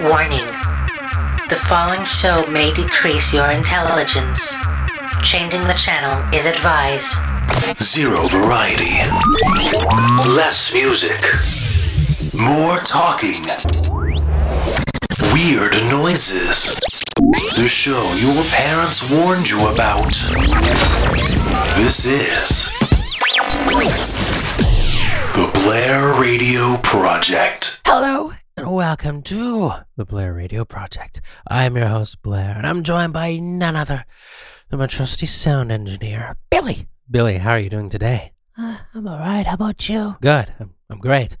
Warning The following show may decrease your intelligence. Changing the channel is advised. Zero variety. Less music. More talking. Weird noises. The show your parents warned you about. This is. The Blair Radio Project. Hello and welcome to the Blair Radio Project. I am your host, Blair, and I'm joined by none other than my trusty sound engineer, Billy. Billy, how are you doing today? Uh, I'm all right. How about you? Good. I'm, I'm great.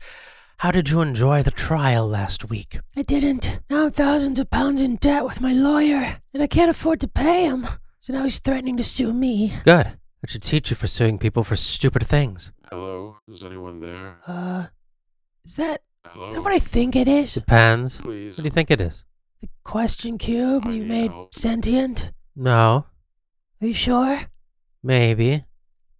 How did you enjoy the trial last week? I didn't. Now I'm thousands of pounds in debt with my lawyer, and I can't afford to pay him. So now he's threatening to sue me. Good. That should teach you for suing people for stupid things. Hello, is anyone there? Uh, is that, Hello. I think it is? Depends. What Please. do you think it is? The question cube I you need made help. sentient? No. Are you sure? Maybe.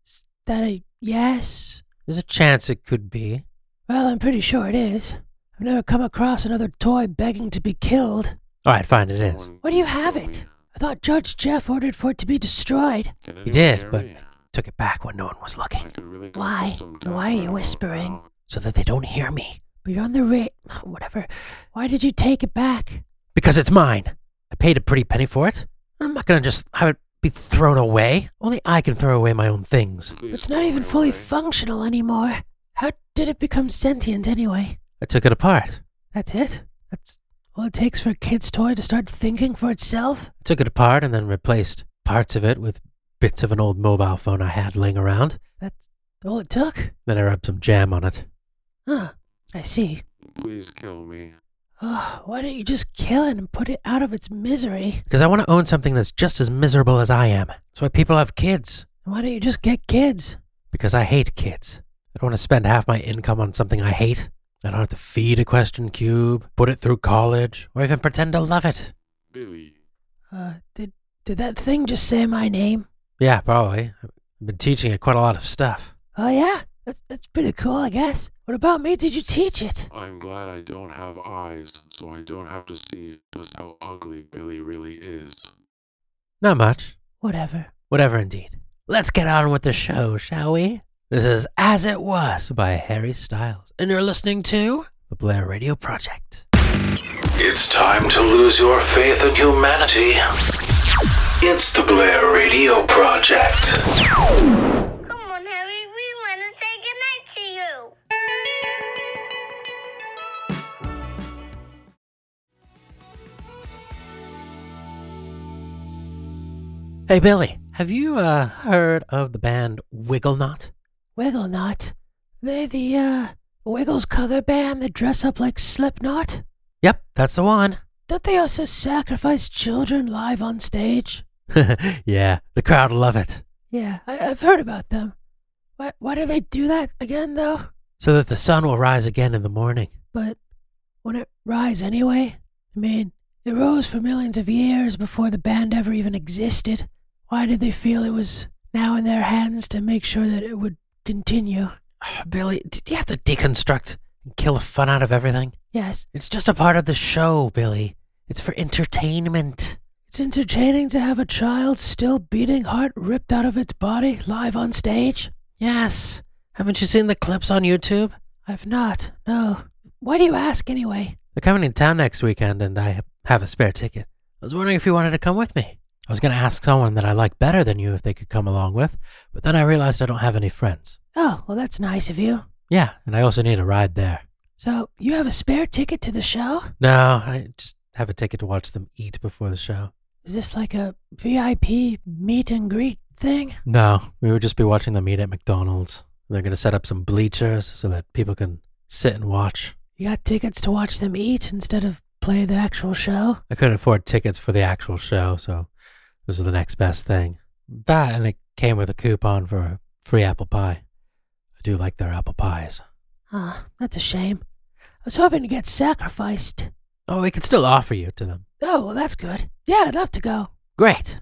Is that a yes? There's a chance it could be. Well, I'm pretty sure it is. I've never come across another toy begging to be killed. All right, fine, it is. Someone Why do you can have tell it? me. I thought Judge Jeff ordered for it to be destroyed. Can anyone He did, hear but me? took it back when no one was I looking, could really go Why? for some Why are doctor you help whispering? now. so that they don't hear me. But you're on the ra- whatever. Why did you take it back? Because it's mine. I paid a pretty penny for it. I'm not gonna just have it be thrown away. Only I can throw away my own things. Please it's go not even my fully way. functional anymore. How did it become sentient anyway? I took it apart. That's it? That's all it takes for a kid's toy to start thinking for itself? I took it apart and then replaced parts of it with bits of an old mobile phone I had laying around. That's all it took? Then I rubbed some jam on it. Huh, I see. Please kill me. Oh, why don't you just kill it and put it out of its misery? Because I want to own something that's just as miserable as I am. That's why people have kids. Why don't you just get kids? because I hate kids. I don't want to spend half my income on something I hate. I don't have to feed a question cube, put it through college, or even pretend to love it. Billy. Uh, did did that thing just say my name? Yeah, probably. I've been teaching it quite a lot of stuff. Oh yeah, that's that's pretty cool, I guess. What about me? Did you teach it? I'm glad I don't have eyes, so I don't have to see just how ugly Billy really is. Not much. Whatever. Whatever, indeed. Let's get on with the show, shall we? This is As It Was by Harry Styles, and you're listening to The Blair Radio Project. It's time to lose your faith in humanity. It's the Blair Radio Project. Come on, Harry. We want to say goodnight to you. Hey, Billy, have you uh, heard of the band Wiggle Knot? Wiggle Knot. They the uh Wiggles cover band that dress up like Slipknot. Yep, that's the one. Don't they also sacrifice children live on stage? yeah, the crowd love it. Yeah, I, I've heard about them. Why why do they do that again though? so that the sun will rise again in the morning. But won't it rise anyway? I mean, it rose for millions of years before the band ever even existed. Why did they feel it was now in their hands to make sure that it would continue? Billy, did you have to deconstruct and kill the fun out of everything? Yes, It's just a part of the show, Billy. It's for entertainment. it's entertaining to have a child's still beating heart ripped out of its body live on stage. Yes. Haven't you seen the clips on YouTube? I've not, no. Why do you ask anyway? They're coming in town next weekend, and I ha- have a spare ticket. I was wondering if you wanted to come with me. I was going to ask someone that I like better than you if they could come along with, but then I realized I don't have any friends. Oh, well, that's nice of you. Yeah, and I also need a ride there. So, you have a spare ticket to the show? No, I just have a ticket to watch them eat before the show. Is this like a VIP meet and greet thing? No, we would just be watching them eat at McDonald's. They're going to set up some bleachers so that people can sit and watch. You got tickets to watch them eat instead of play the actual show? I couldn't afford tickets for the actual show, so this is the next best thing. That and it came with a coupon for a free apple pie. I do like their apple pies. Ah, that's a shame. I was hoping to get sacrificed. Oh, we could still offer you to them. Oh, well, that's good. Yeah, I'd love to go. Great.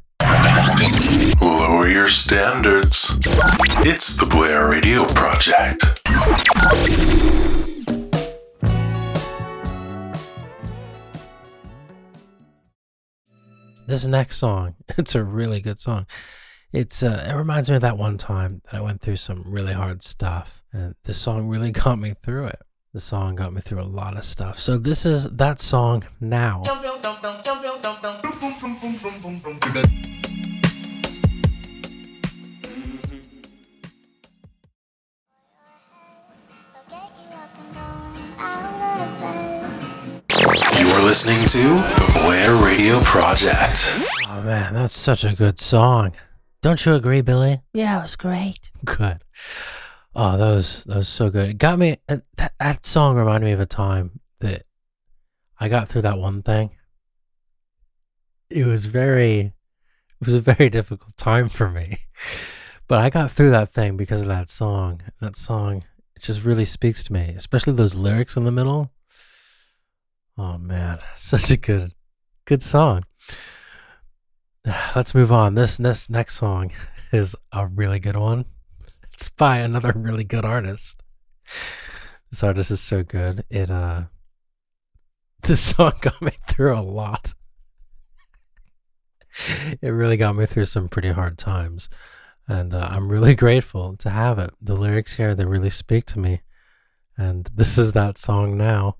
Lower your standards. It's the Blair Radio Project. this next song, it's a really good song. It's uh, it reminds me of that one time that I went through some really hard stuff, and this song really got me through it. The song got me through a lot of stuff. So this is that song now. You're listening to The Blair Radio Project. Oh man, that's such a good song. Don't you agree, Billy? Yeah, it was great. good. Oh, that was that was so good. It got me. uh, That that song reminded me of a time that I got through that one thing. It was very, it was a very difficult time for me, but I got through that thing because of that song. That song it just really speaks to me, especially those lyrics in the middle. Oh man, such a good, good song. Let's move on. This this next song is a really good one. It's by another really good artist. This artist is so good. It uh this song got me through a lot. It really got me through some pretty hard times. And uh, I'm really grateful to have it. The lyrics here, they really speak to me. And this is that song now.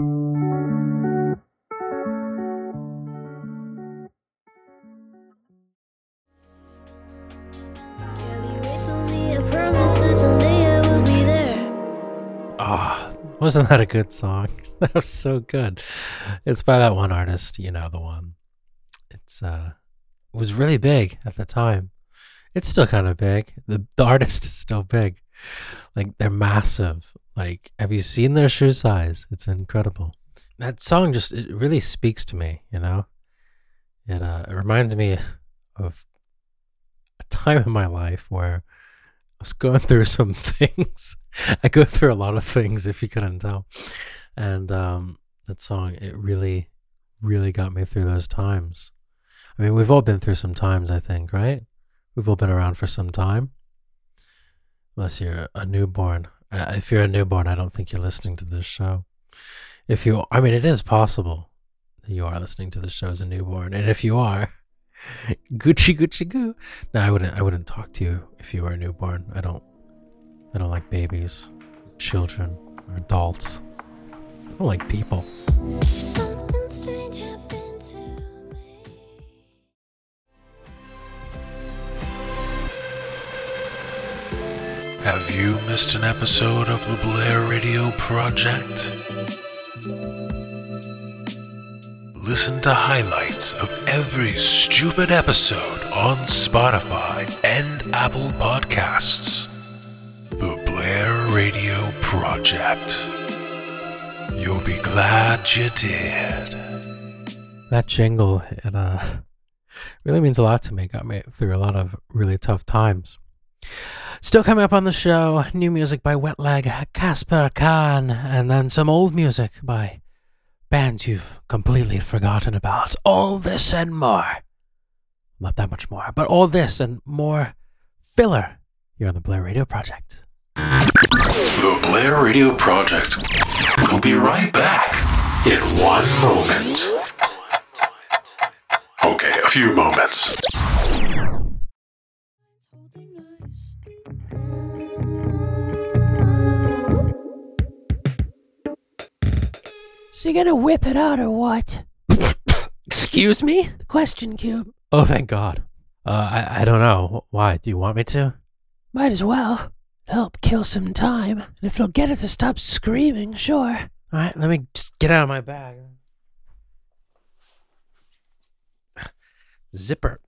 Ah, wasn't that a good song? That was so good. It's by that one artist, you know, the one. It's uh it was really big at the time. It's still kind of big. The the artist is still big. Like they're massive. Like have you seen their shoe size? It's incredible. That song just it really speaks to me, you know. It uh it reminds me of a time in my life where I was going through some things. I go through a lot of things, if you couldn't tell. And um, that song, it really, really got me through those times. I mean, we've all been through some times, I think, right? We've all been around for some time. Unless you're a newborn. Uh, if you're a newborn, I don't think you're listening to this show. If you, I mean, it is possible that you are listening to the show as a newborn. And if you are, Gucci Gucci Goo. No, I wouldn't. I wouldn't talk to you if you were a newborn. I don't. I don't like babies, children, or adults. I don't like people. Something strange happened to me. Have you missed an episode of The Blair Radio Project? Listen to highlights of every stupid episode on Spotify and Apple Podcasts. The Blair Radio Project. You'll be glad you did. That jingle, it uh, really means a lot to me. It got me through a lot of really tough times. Still coming up on the show, new music by Wetleg, Casper Khan, and then some old music by bands you've completely forgotten about. All this and more. Not that much more, but all this and more filler. You're on the Blair Radio Project. The Blair Radio Project. We'll be right back in one moment. Okay, a few moments. So you're gonna whip it out or what? Excuse me? The question cube. Oh, thank God. Uh, I, I don't know. Why? Do you want me to? Might as well. Help kill some time. And if it'll get it to stop screaming, sure. All right, let me just get out of my bag. Zipper.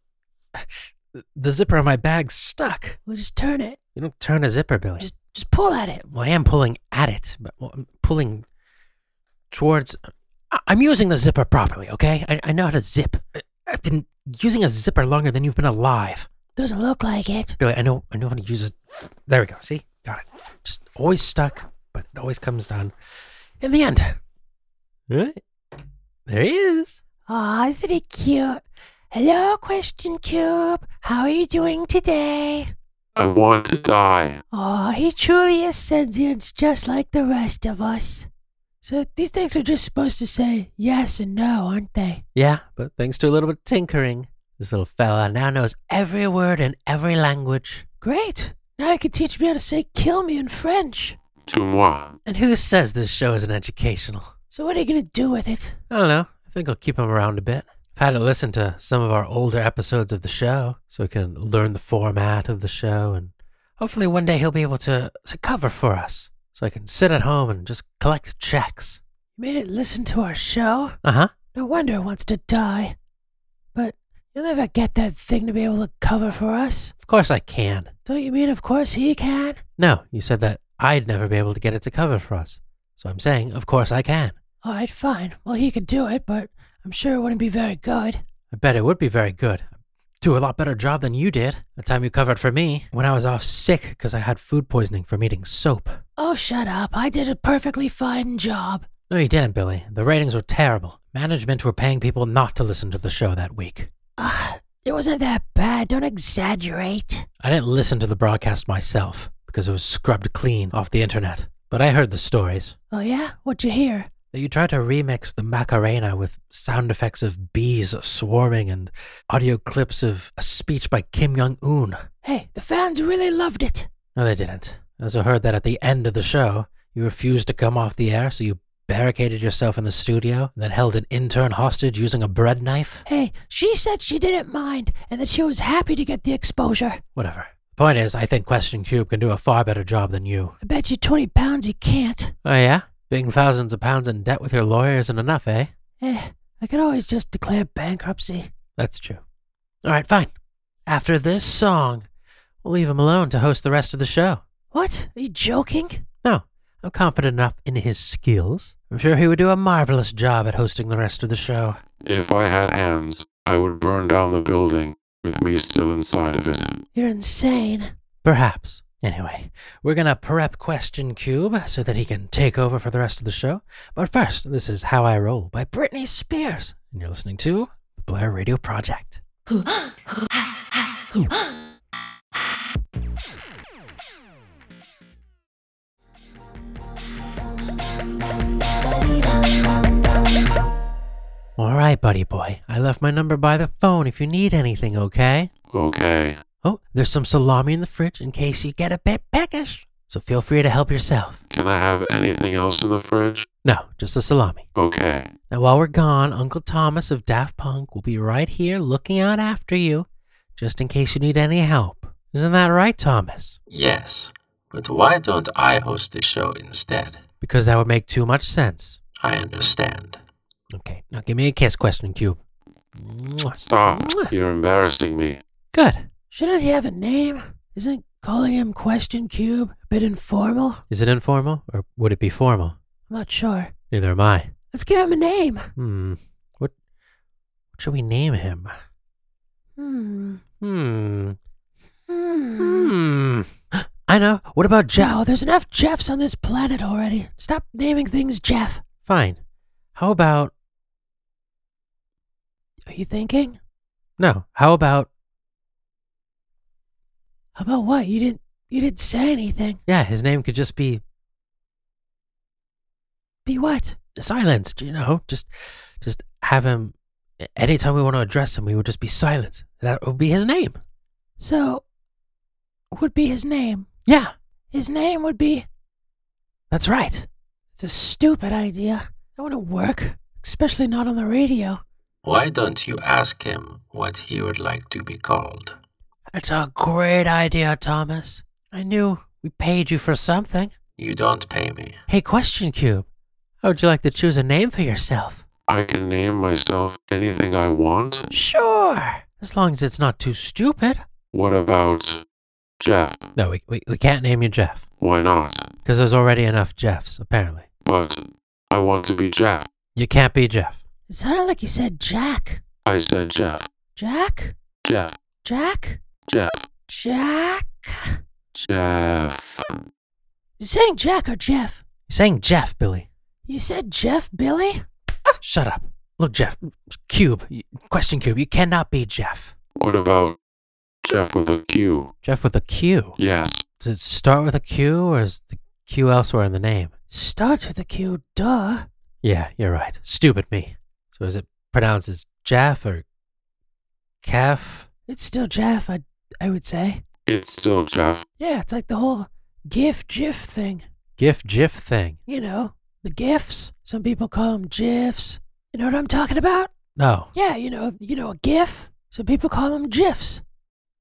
The zipper of my bag's stuck. We'll just turn it. You don't turn a zipper, Billy. Just just pull at it. well, I am pulling at it, but well, I'm pulling towards. I- I'm using the zipper properly, okay? I, I know how to zip. I- I've been using a zipper longer than you've been alive. Doesn't look like it. Billy, I know, I know how to use it. There we go. See, got it. Just always stuck, but it always comes down in the end. Right? There he is. Aw, isn't it cute? Hello, question cube. How are you doing today? I want to die. Aw, he truly is sentient, just like the rest of us. So these things are just supposed to say yes and no, aren't they? Yeah, but thanks to a little bit of tinkering, This little fella now knows every word in every language. Great! Now you can teach me how to say kill me in French. To moi. And who says this show isn't educational? So what are you gonna do with it? I don't know. I think I'll keep him around a bit. I've had to listen to some of our older episodes of the show so he can learn the format of the show, and hopefully one day he'll be able to, to cover for us so I can sit at home and just collect checks. You made it listen to our show? Uh huh. No wonder it wants to die. But you'll never get that thing to be able to cover for us. Of course I can. Don't you mean of course he can? No, you said that I'd never be able to get it to cover for us. So I'm saying, of course I can. All right, fine. Well, he could do it, but I'm sure it wouldn't be very good. I bet it would be very good. Do a lot better job than you did. The time you covered for me when I was off sick because I had food poisoning from eating soap. Oh, shut up. I did a perfectly fine job. No, you didn't, Billy. The ratings were terrible. Management were paying people not to listen to the show that week. Ugh, it wasn't that bad. Don't exaggerate. I didn't listen to the broadcast myself because it was scrubbed clean off the internet. But I heard the stories Oh, yeah? What'd you hear? that you tried to remix the Macarena with sound effects of bees swarming and audio clips of a speech by Kim Jong Un. Hey, the fans really loved it. No, they didn't. I also heard that at the end of the show, you refused to come off the air, so you barricaded yourself in the studio and then held an intern hostage using a bread knife. Hey, she said she didn't mind and that she was happy to get the exposure. Whatever. Point is, I think Question Cube can do a far better job than you. I bet you 20 pounds he can't. Oh, yeah? Being thousands of pounds in debt with your lawyer isn't enough, eh? Eh, I could always just declare bankruptcy. That's true. All right, fine. After this song, we'll leave him alone to host the rest of the show. What? Are you joking? No, I'm confident enough in his skills. I'm sure he would do a marvelous job at hosting the rest of the show. If I had hands, I would burn down the building, with me still inside of it. You're insane. Perhaps. Anyway, we're gonna prep Question Cube so that he can take over for the rest of the show. But first, this is How I Roll by Britney Spears, and you're listening to the Blair Radio Project. All right, buddy boy. I left my number by the phone if you need anything, okay? Okay. Oh, there's some salami in the fridge in case you get a bit peckish. So feel free to help yourself. Can I have anything else in the fridge? No, just the salami. Okay. Now, while we're gone, Uncle Thomas of Daft Punk will be right here looking out after you, just in case you need any help. Isn't that right, Thomas? Yes, but why don't I host the show instead? Because that would make too much sense. I understand. Okay, now give me a kiss, Question Cube. Mwah. Stop. Mwah. You're embarrassing me. Good. Shouldn't he have a name? Isn't calling him Question Cube a bit informal? Is it informal or would it be formal? I'm not sure. Neither am I. Let's give him a name. Hmm. What, what should we name him? Hmm. Hmm. Hmm. Hmm. I know. What about Jeff? Joe, there's enough Jeffs on this planet already. Stop naming things Jeff. Fine. How about Are you thinking? no? How about How about what? You didn't you didn't say anything. yeah? His name could just be Be what? silenced. You know, just just have him. Anytime we want to address him, we would just be silent. That would be his name. So would be his name. Yeah, His name would be that's right. It's a stupid idea. That wouldn't work. Especially not on the radio. Why don't you ask him what he would like to be called? That's a great idea, Thomas. I knew we paid you for something. You don't pay me. Hey, Question Cube, how would you like to choose a name for yourself? I can name myself anything I want. Sure, as long as it's not too stupid. What about Jeff? No, we, we, we can't name you Jeff. Why not? Because there's already enough Jeffs, apparently. But I want to be Jeff. You can't be Jeff. It sounded like you said Jack. I said Jeff. Jack? Jeff. Jack? Jeff. Jack? Jeff. You saying Jack or Jeff? You're saying Jeff, Billy. Ah, You said Jeff Billy? Shut up. Look, Jeff. Cube. y- Question Cube. You cannot be Jeff. What about Jeff with a Q? Jeff with a Q. Yes. Does it start with a Q or is the Q elsewhere in the name? Starts with a Q, duh. Yeah, you're right. Stupid me. So is it pronounced as Jeff or Calf? It's still Jeff, I, I would say. It's still Jeff. Yeah, it's like the whole GIF GIF thing. Gif GIF thing. You know, the GIFs. Some people call them GIFs. You know what I'm talking about? No. Yeah, you know, you know a GIF. Some people call them GIFs.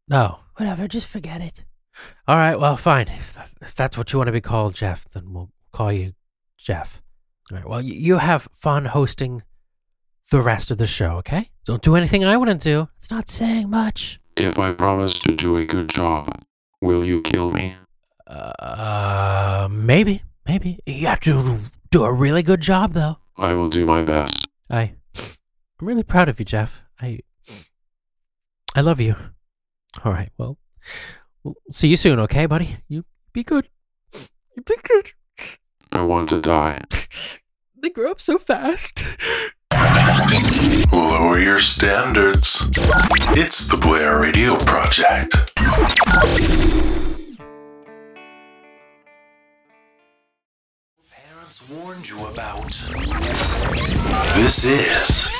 No. Whatever, just forget it. All right, well, fine. If, tha- if that's what you want to be called, Jeff, then we'll call you Jeff. All right, well, y- you have fun hosting the rest of the show, okay? Don't do anything I wouldn't do. It's not saying much. If I promise to do a good job, will you kill me? Uh, maybe, maybe. You have to do a really good job, though. I will do my best. I, I'm really proud of you, Jeff. I, I love you. All right. Well, we'll see you soon, okay, buddy? You be good. You be good. I want to die. They grow up so fast. Lower your standards. It's the Blair Radio Project. Parents warned you about. This is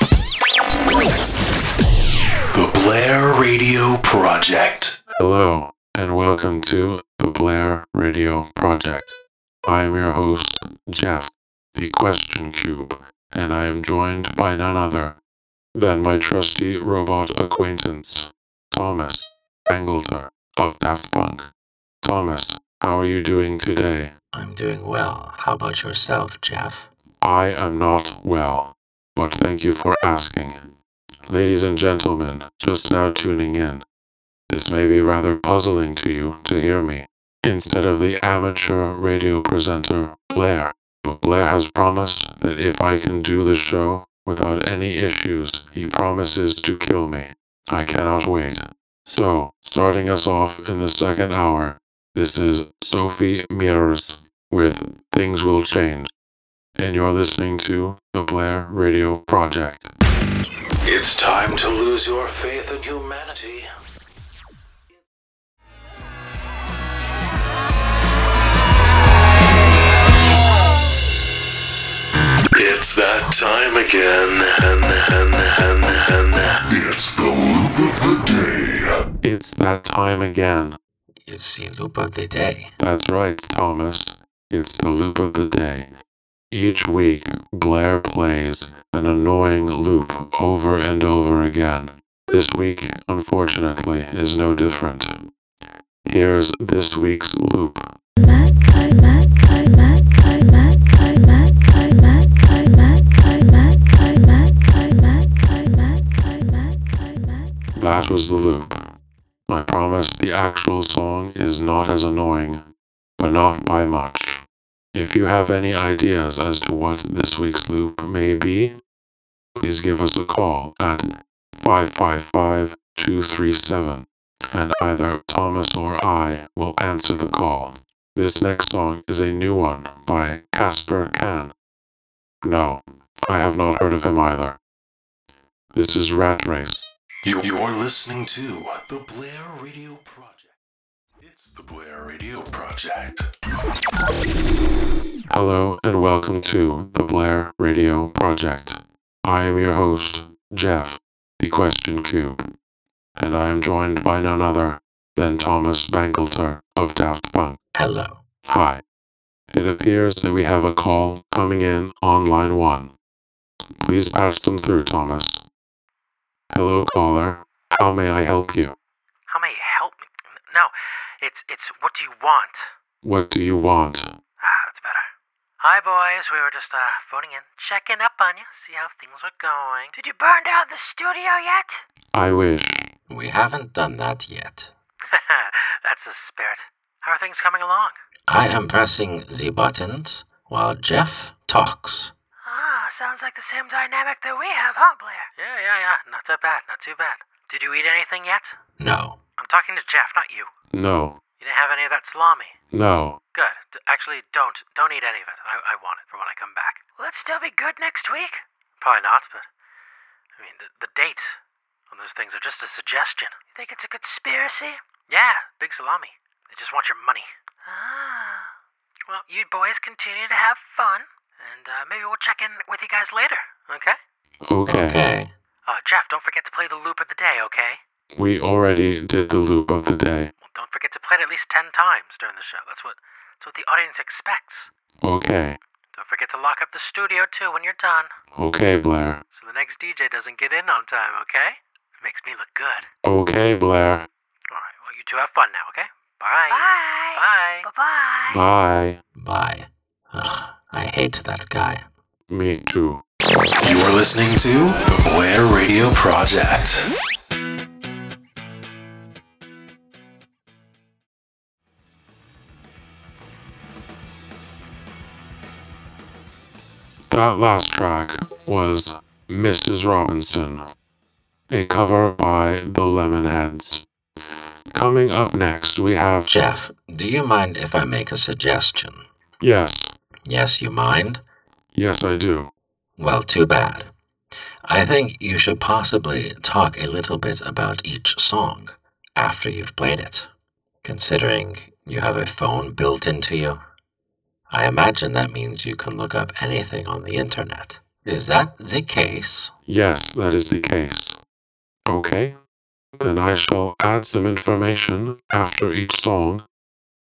the Blair Radio Project. Hello, and welcome to the Blair Radio Project. I am your host, Jeff, the Question Cube, and I am joined by none other than my trusty robot acquaintance, Thomas Angleter of Daft Punk. Thomas, how are you doing today? I'm doing well. How about yourself, Jeff? I am not well, but thank you for asking. Ladies and gentlemen, just now tuning in, this may be rather puzzling to you to hear me instead of the amateur radio presenter, Blair. But Blair has promised that if I can do the show without any issues, he promises to kill me. I cannot wait. So, starting us off in the second hour, this is Sophie Mears with Things Will Change and you're listening to the Blair Radio Project. It's time to lose your faith in humanity. It's that time again. It's the loop of the day. It's that time again. It's the loop of the day. That's right, Thomas. It's the loop of the day. Each week, Blair plays an annoying loop over and over again. This week, unfortunately, is no different. Here's this week's loop. That was the loop. I promise the actual song is not as annoying, but not by much. If you have any ideas as to what this week's loop may be, please give us a call at 555 237, and either Thomas or I will answer the call. This next song is a new one by Casper Can. No, I have not heard of him either. This is Rat Race. You, you're listening to the Blair Radio Project. It's the Blair Radio Project. Hello and welcome to the Blair Radio Project. I am your host, Jeff, the Question Cube, and I am joined by none other than Thomas Bangalter of Daft Punk. Hello. Hi. It appears that we have a call coming in on line one. Please pass them through, Thomas. Hello, caller. How may I help you? How may you help me? No, it's it's what do you want? What do you want? Ah, that's better. Hi boys, we were just uh phoning in, checking up on you, see how things are going. Did you burn down the studio yet? I wish. We haven't done that yet. that's the spirit. How are things coming along? I am pressing the buttons while Jeff talks. Ah, sounds like the same dynamic that we have, huh, Blair? Yeah, yeah, yeah. Not too bad, not too bad. Did you eat anything yet? No. I'm talking to Jeff, not you. No. You didn't have any of that salami. No. Good. D- actually, don't. Don't eat any of it. I-, I want it for when I come back. Will it still be good next week? Probably not, but. I mean, the, the date on those things are just a suggestion. You think it's a conspiracy? Yeah, big salami. They just want your money. Ah. Well, you boys continue to have fun, and uh, maybe we'll check in with you guys later, okay? Okay. Okay. Uh, Jeff, don't forget to play the loop of the day, okay? We already did the loop of the day. Well, don't forget to play it at least 10 times during the show. That's what, that's what the audience expects. Okay. Don't forget to lock up the studio, too, when you're done, Okay, Blair. so the next DJ doesn't get in on time, okay? It makes me look good. Okay, Blair. All right, well, you two have fun now, okay? Bye. Bye. Bye. Bye. Bye. Ugh, I hate that guy. Me too. You are listening to The Blair Radio Project. That last track was Mrs. Robinson, a cover by the Lemonheads. Coming up next, we have. Jeff, do you mind if I make a suggestion? Yes, Yes, you mind? yes, I do. Well, too bad. I think you should possibly talk a little bit about each song after you've played it, considering you have a phone built into you. I imagine that means you can look up anything on the internet. Is that the case? Yes, that is the case. Okay, then I shall add some information after each song.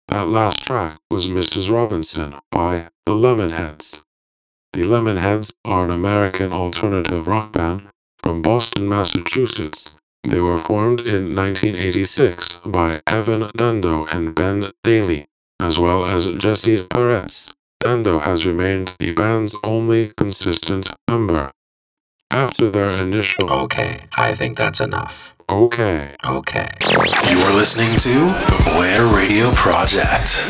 That last track was Mrs. Robinson by the Lemonheads. The Lemonheads are an American alternative rock band from Boston, Massachusetts. They were formed in 1986 by Evan Dando and Ben Daly, as well as Jesse Perez. Dando has remained the band's only consistent member. After their initial Okay, I think that's enough. Okay. Okay. You are listening to The Blair Radio Project.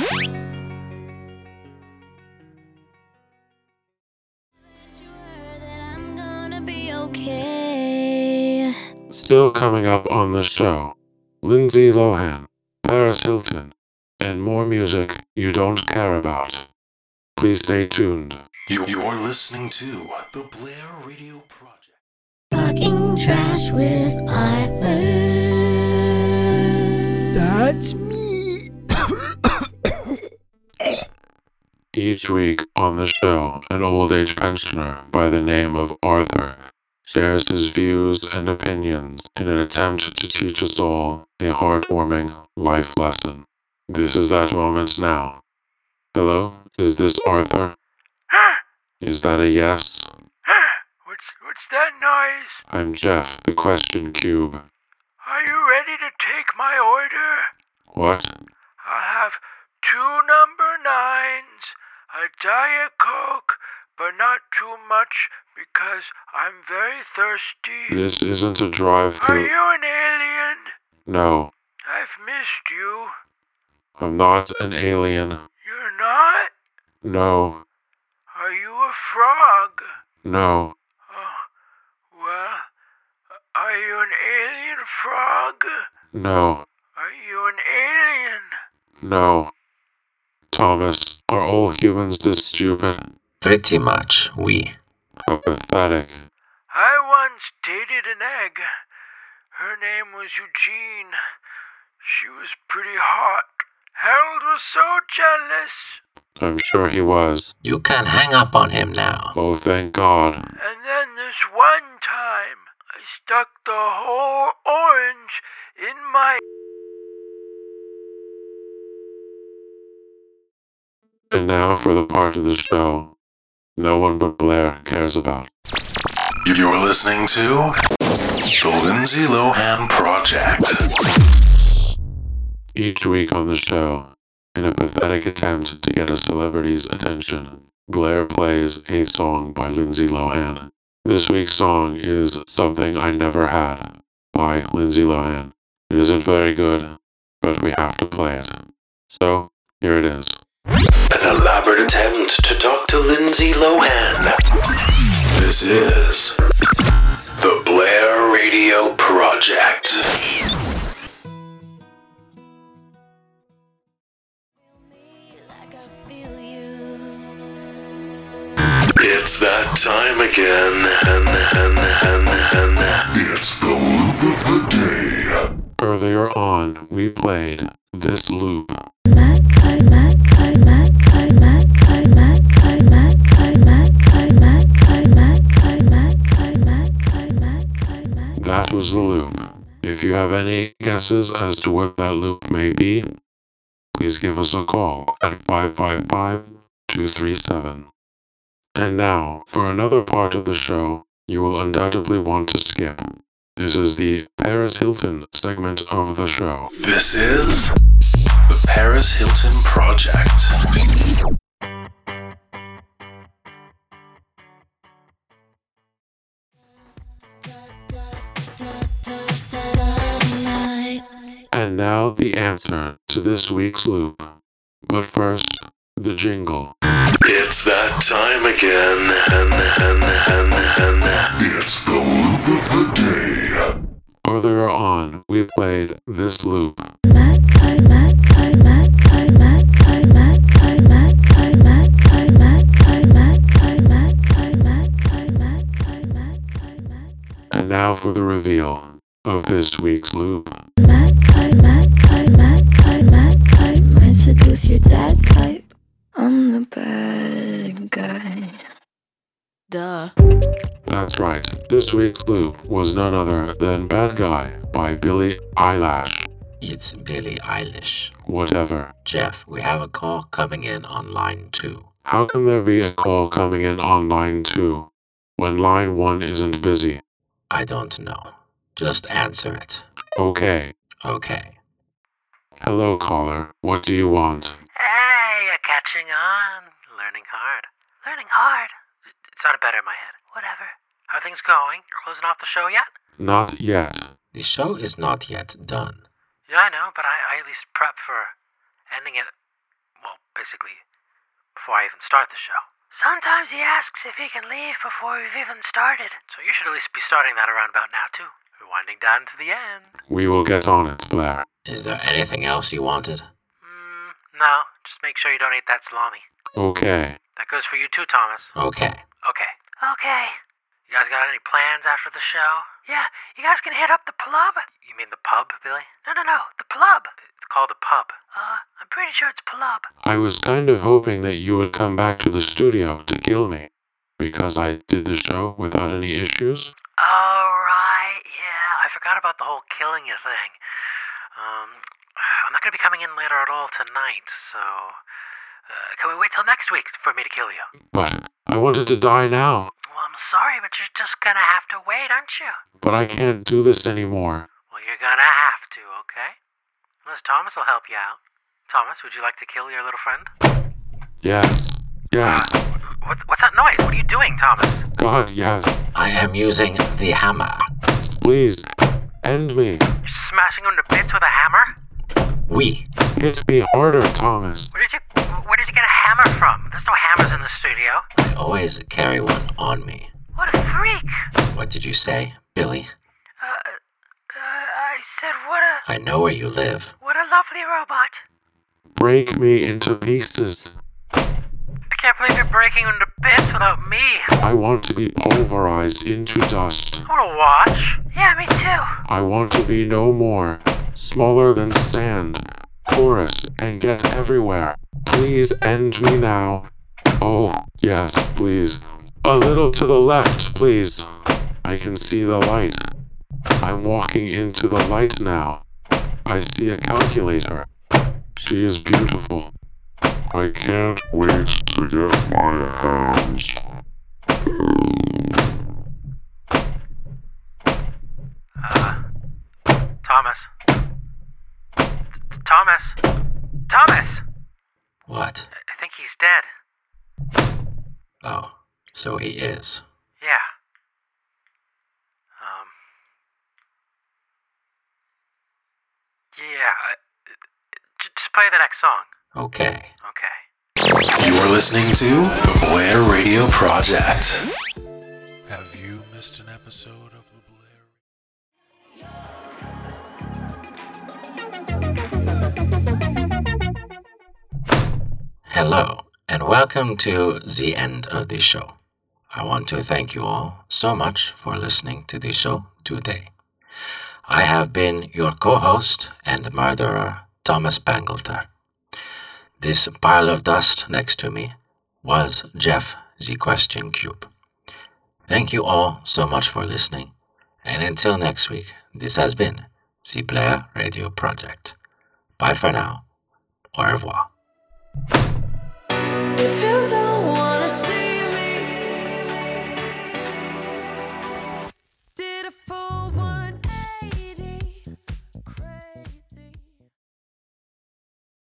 That I'm gonna be okay. Still coming up on the show Lindsay Lohan, Paris Hilton, and more music you don't care about. Please stay tuned. You, you are listening to The Blair Radio Project. Talking trash with Arthur. That's me. Each week on the show, an old age pensioner by the name of Arthur shares his views and opinions in an attempt to teach us all a heartwarming life lesson. This is that moment now. Hello, is this Arthur? Is that a yes? What's, what's that noise? I'm Jeff, the question cube. Are you ready to take my order? What? I'll have two number nines, a Diet Coke, but not too much because I'm very thirsty. This isn't a drive Are through. you an alien? No, I've missed you. I'm not an alien. You're not? No, Are you a frog? no, Oh, well, are you an alien frog? no, Are you an alien? no. Thomas, are all humans this stupid? Pretty much, we. How pathetic. I once dated an egg. Her name was Eugene. She was pretty hot. Harold was so jealous. I'm sure he was. You can hang up on him now. Oh, thank God. And then this one time, I stuck the whole orange in my. And now for the part of the show no one but Blair cares about. You- You are listening to The Lindsay Lohan Project. Each week on the show, in a pathetic attempt to get a celebrity's attention, Blair plays a song by Lindsay Lohan. This week's song is Something I Never Had by Lindsay Lohan. It isn't very good, but we have to play it. So, here it is. An elaborate attempt to talk to Lindsay Lohan. This is The Blair Radio Project. Like I feel you. It's that time again. And, and, and, and. It's the loop of the day. Earlier on, we played this loop. That was the loop. If you have any guesses as to what that loop may be, please give us a call at 555 237. And now, for another part of the show you will undoubtedly want to skip. This is the Paris Hilton segment of the show. This is the Paris Hilton Project. And now the answer to this week's loop. But first, the jingle. It's that time again. Hen, hen, hen, hen. It's the loop of the day. Earlier on, we played this loop. And now for the reveal of this week's loop. Mad type, mad type, mad type, mad type. Might seduce your dad type. I'm the bad guy. Duh. That's right. This week's loop was none other than Bad Guy by Billie Eyelash. It's Billie Eilish. Whatever. Jeff, we have a call coming in on line two. How can there be a call coming in on line two when line one isn't busy? I don't know. Just answer it. Okay. Okay. Hello, caller. What do you want? Hey, you're catching on. Learning hard. Learning hard. It sounded better in my head. Whatever. How are things going? Closing off the show yet? Not yet. The show is not yet done. Yeah, I know, but I, I at least prep for ending it, well, basically, before I even start the show. Sometimes he asks if he can leave before we've even started. So you should at least be starting that around about now, too. We're winding down to the end. We will get on it, Blair. Is there anything else you wanted? Mm, no, just make sure you don't eat that salami. Okay. That goes for you too, Thomas. Okay. Okay. Okay. You guys got any plans after the show? Yeah, you guys can hit up the club. You mean the pub, Billy? No, no, no, the club. It's called the pub. Uh, I'm pretty sure it's club. I was kind of hoping that you would come back to the studio to kill me because I did the show without any issues. Alright, yeah, I forgot about the whole killing you thing. Um, I'm not gonna be coming in later at all tonight, so. Uh, can we wait till next week for me to kill you? But I wanted to die now. Well, I'm sorry, but you're just gonna have to wait, aren't you? But I can't do this anymore. Well, you're gonna have to, okay? Unless Thomas will help you out. Thomas, would you like to kill your little friend? Yes. Yes. What, what's that noise? What are you doing, Thomas? God, yes. I am using the hammer. Please. End me. You're smashing him to bits with a hammer? We. Hit me harder, Thomas. Where did you where did you get a hammer from? There's no hammers in the studio. I always carry one on me. What a freak! What did you say, Billy? Uh, uh, I said what a I know where you live. what a lovely robot. Break me into pieces. I can't believe you're breaking into bits without me. I want to be pulverized into dust. I wanna watch. Yeah, me too. I want to be no more. Smaller than sand. Porous and get everywhere. Please end me now. Oh, yes, please. A little to the left, please. I can see the light. I'm walking into the light now. I see a calculator. She is beautiful. I can't wait to get my hands. Uh, Thomas. T- Thomas. Thomas. What? I I think he's dead. Oh, so he is. Yeah. Um. Yeah. I, uh, j- just play the next song. Okay. Okay. You're listening to the Blair Radio Project. Have you missed an episode of the Blair? Hello, and welcome to the end of the show. I want to thank you all so much for listening to the show today. I have been your co host and murderer, Thomas Bangalter. This pile of dust next to me was Jeff the Question Cube. Thank you all so much for listening, And until next week, this has been the Blair Radio Project. Bye for now. Au revoir. If you don't want